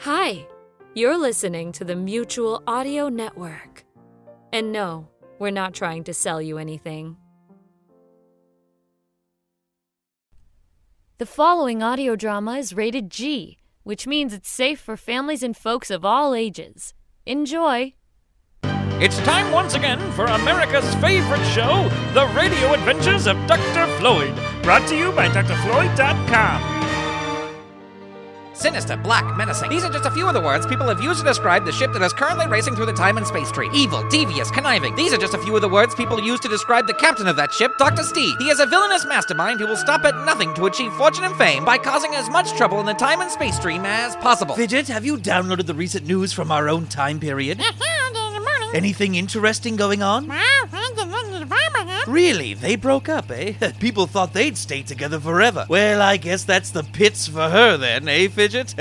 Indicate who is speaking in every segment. Speaker 1: Hi, you're listening to the Mutual Audio Network. And no, we're not trying to sell you anything.
Speaker 2: The following audio drama is rated G, which means it's safe for families and folks of all ages. Enjoy!
Speaker 3: It's time once again for America's favorite show, The Radio Adventures of Dr. Floyd, brought to you by drfloyd.com.
Speaker 4: Sinister, black, menacing. These are just a few of the words people have used to describe the ship that is currently racing through the time and space tree. Evil, devious, conniving. These are just a few of the words people use to describe the captain of that ship, Dr. Steve. He is a villainous mastermind who will stop at nothing to achieve fortune and fame by causing as much trouble in the time and space stream as possible.
Speaker 5: Fidget, have you downloaded the recent news from our own time period? Anything interesting going on? Really, they broke up, eh? People thought they'd stay together forever. Well, I guess that's the pits for her then, eh, Fidget?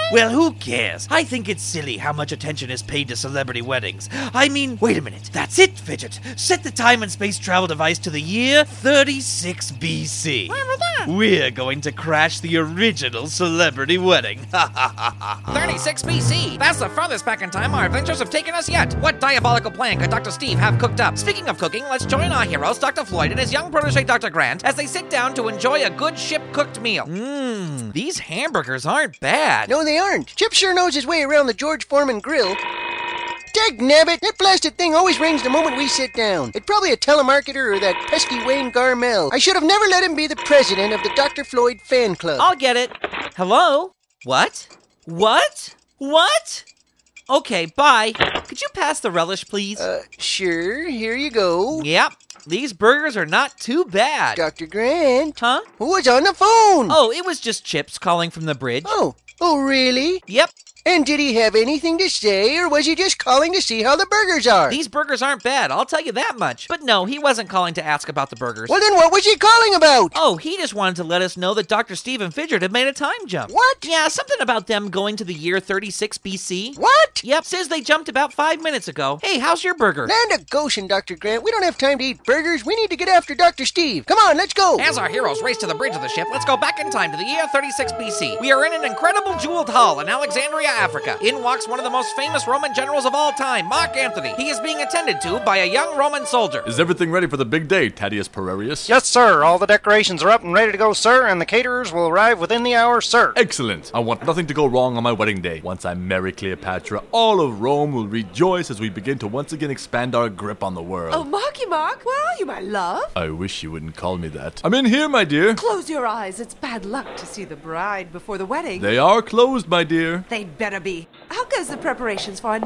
Speaker 5: well, who cares? I think it's silly how much attention is paid to celebrity weddings. I mean, wait a minute. That's it, Fidget. Set the time and space travel device to the year 36 BC. We're going to crash the original celebrity wedding.
Speaker 4: 36 BC. That's the farthest back in time our adventures have taken us yet. What diabolical plan could Dr. Steve have cooked up? Speaking of cooking, let's join our heroes, Dr. Floyd and his young protege, Dr. Grant, as they sit down to enjoy a good ship cooked meal. Mmm, these hamburgers aren't bad.
Speaker 6: No, they aren't. Chip sure knows his way around the George Foreman grill. Dag nabbit! That blasted thing always rings the moment we sit down. It's probably a telemarketer or that pesky Wayne Garmel. I should have never let him be the president of the Dr. Floyd fan club.
Speaker 7: I'll get it. Hello?
Speaker 4: What?
Speaker 7: What? What? Okay, bye. Could you pass the relish, please?
Speaker 6: Uh, sure, here you go.
Speaker 7: yep. These burgers are not too bad.
Speaker 6: Dr. Grant,
Speaker 7: Huh?
Speaker 6: who was on the phone?
Speaker 7: Oh, it was just Chips calling from the bridge.
Speaker 6: oh, oh, really?
Speaker 7: Yep.
Speaker 6: And did he have anything to say, or was he just calling to see how the burgers are?
Speaker 7: These burgers aren't bad, I'll tell you that much. But no, he wasn't calling to ask about the burgers.
Speaker 6: Well, then what was he calling about?
Speaker 7: Oh, he just wanted to let us know that Dr. Steven Fidget had made a time jump.
Speaker 6: What?
Speaker 7: Yeah, something about them going to the year 36 BC.
Speaker 6: What?
Speaker 7: Yep, says they jumped about five minutes ago. Hey, how's your burger?
Speaker 6: Land of Goshen, Dr. Grant. We don't have time to eat burgers. We need to get after Dr. Steve. Come on, let's go.
Speaker 4: As our heroes race to the bridge of the ship, let's go back in time to the year 36 BC. We are in an incredible jeweled hall in Alexandria, Africa. In walks one of the most famous Roman generals of all time, Mark Antony. He is being attended to by a young Roman soldier.
Speaker 8: Is everything ready for the big day, Tatius Pererius?
Speaker 9: Yes, sir. All the decorations are up and ready to go, sir, and the caterers will arrive within the hour, sir.
Speaker 8: Excellent. I want nothing to go wrong on my wedding day. Once I marry Cleopatra, all of Rome will rejoice as we begin to once again expand our grip on the world.
Speaker 10: Oh, Marky Mark, where are you, my love?
Speaker 8: I wish you wouldn't call me that. I'm in here, my dear.
Speaker 10: Close your eyes. It's bad luck to see the bride before the wedding.
Speaker 8: They are closed, my dear.
Speaker 10: They'd better be. How goes the preparations for our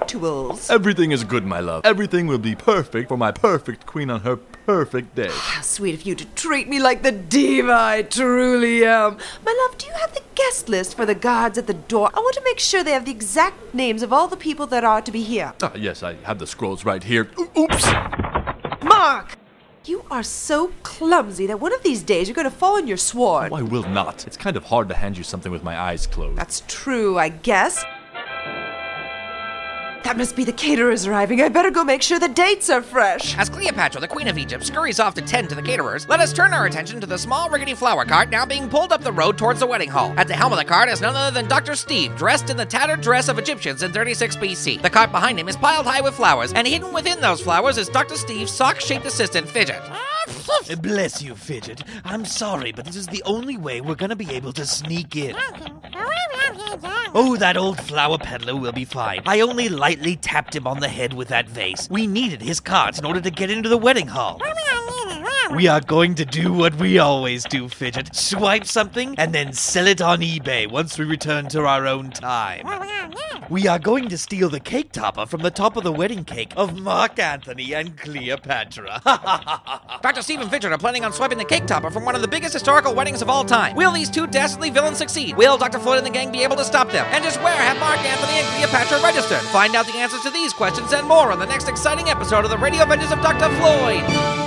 Speaker 10: nuptials?
Speaker 8: Everything is good, my love. Everything will be perfect for my perfect queen on her perfect day.
Speaker 10: How sweet of you to treat me like the diva I truly am. My love, do you have the guest list for the guards at the door? I want to make sure they have the exact names of all the people that are to be here.
Speaker 8: Ah, yes, I have the scrolls right here. O- Oops!
Speaker 10: Mark! You are so clumsy that one of these days you're going to fall on your sword.
Speaker 8: Oh, I will not. It's kind of hard to hand you something with my eyes closed.
Speaker 10: That's true, I guess. That must be the caterers arriving. I better go make sure the dates are fresh.
Speaker 4: As Cleopatra, the Queen of Egypt, scurries off to tend to the caterers, let us turn our attention to the small rickety flower cart now being pulled up the road towards the wedding hall. At the helm of the cart is none other than Dr. Steve, dressed in the tattered dress of Egyptians in 36 BC. The cart behind him is piled high with flowers, and hidden within those flowers is Dr. Steve's sock shaped assistant, Fidget.
Speaker 5: Bless you, Fidget. I'm sorry, but this is the only way we're gonna be able to sneak in. Oh, that old flower peddler will be fine. I only lightly tapped him on the head with that vase. We needed his cards in order to get into the wedding hall. We are going to do what we always do, Fidget. Swipe something and then sell it on eBay once we return to our own time. We are going to steal the cake topper from the top of the wedding cake of Mark Anthony and Cleopatra.
Speaker 4: Dr. Steve and Fidget are planning on swiping the cake topper from one of the biggest historical weddings of all time. Will these two dastardly villains succeed? Will Dr. Floyd and the gang be able to stop them? And just where have Mark Anthony and Cleopatra registered? Find out the answers to these questions and more on the next exciting episode of the Radio Adventures of Dr. Floyd.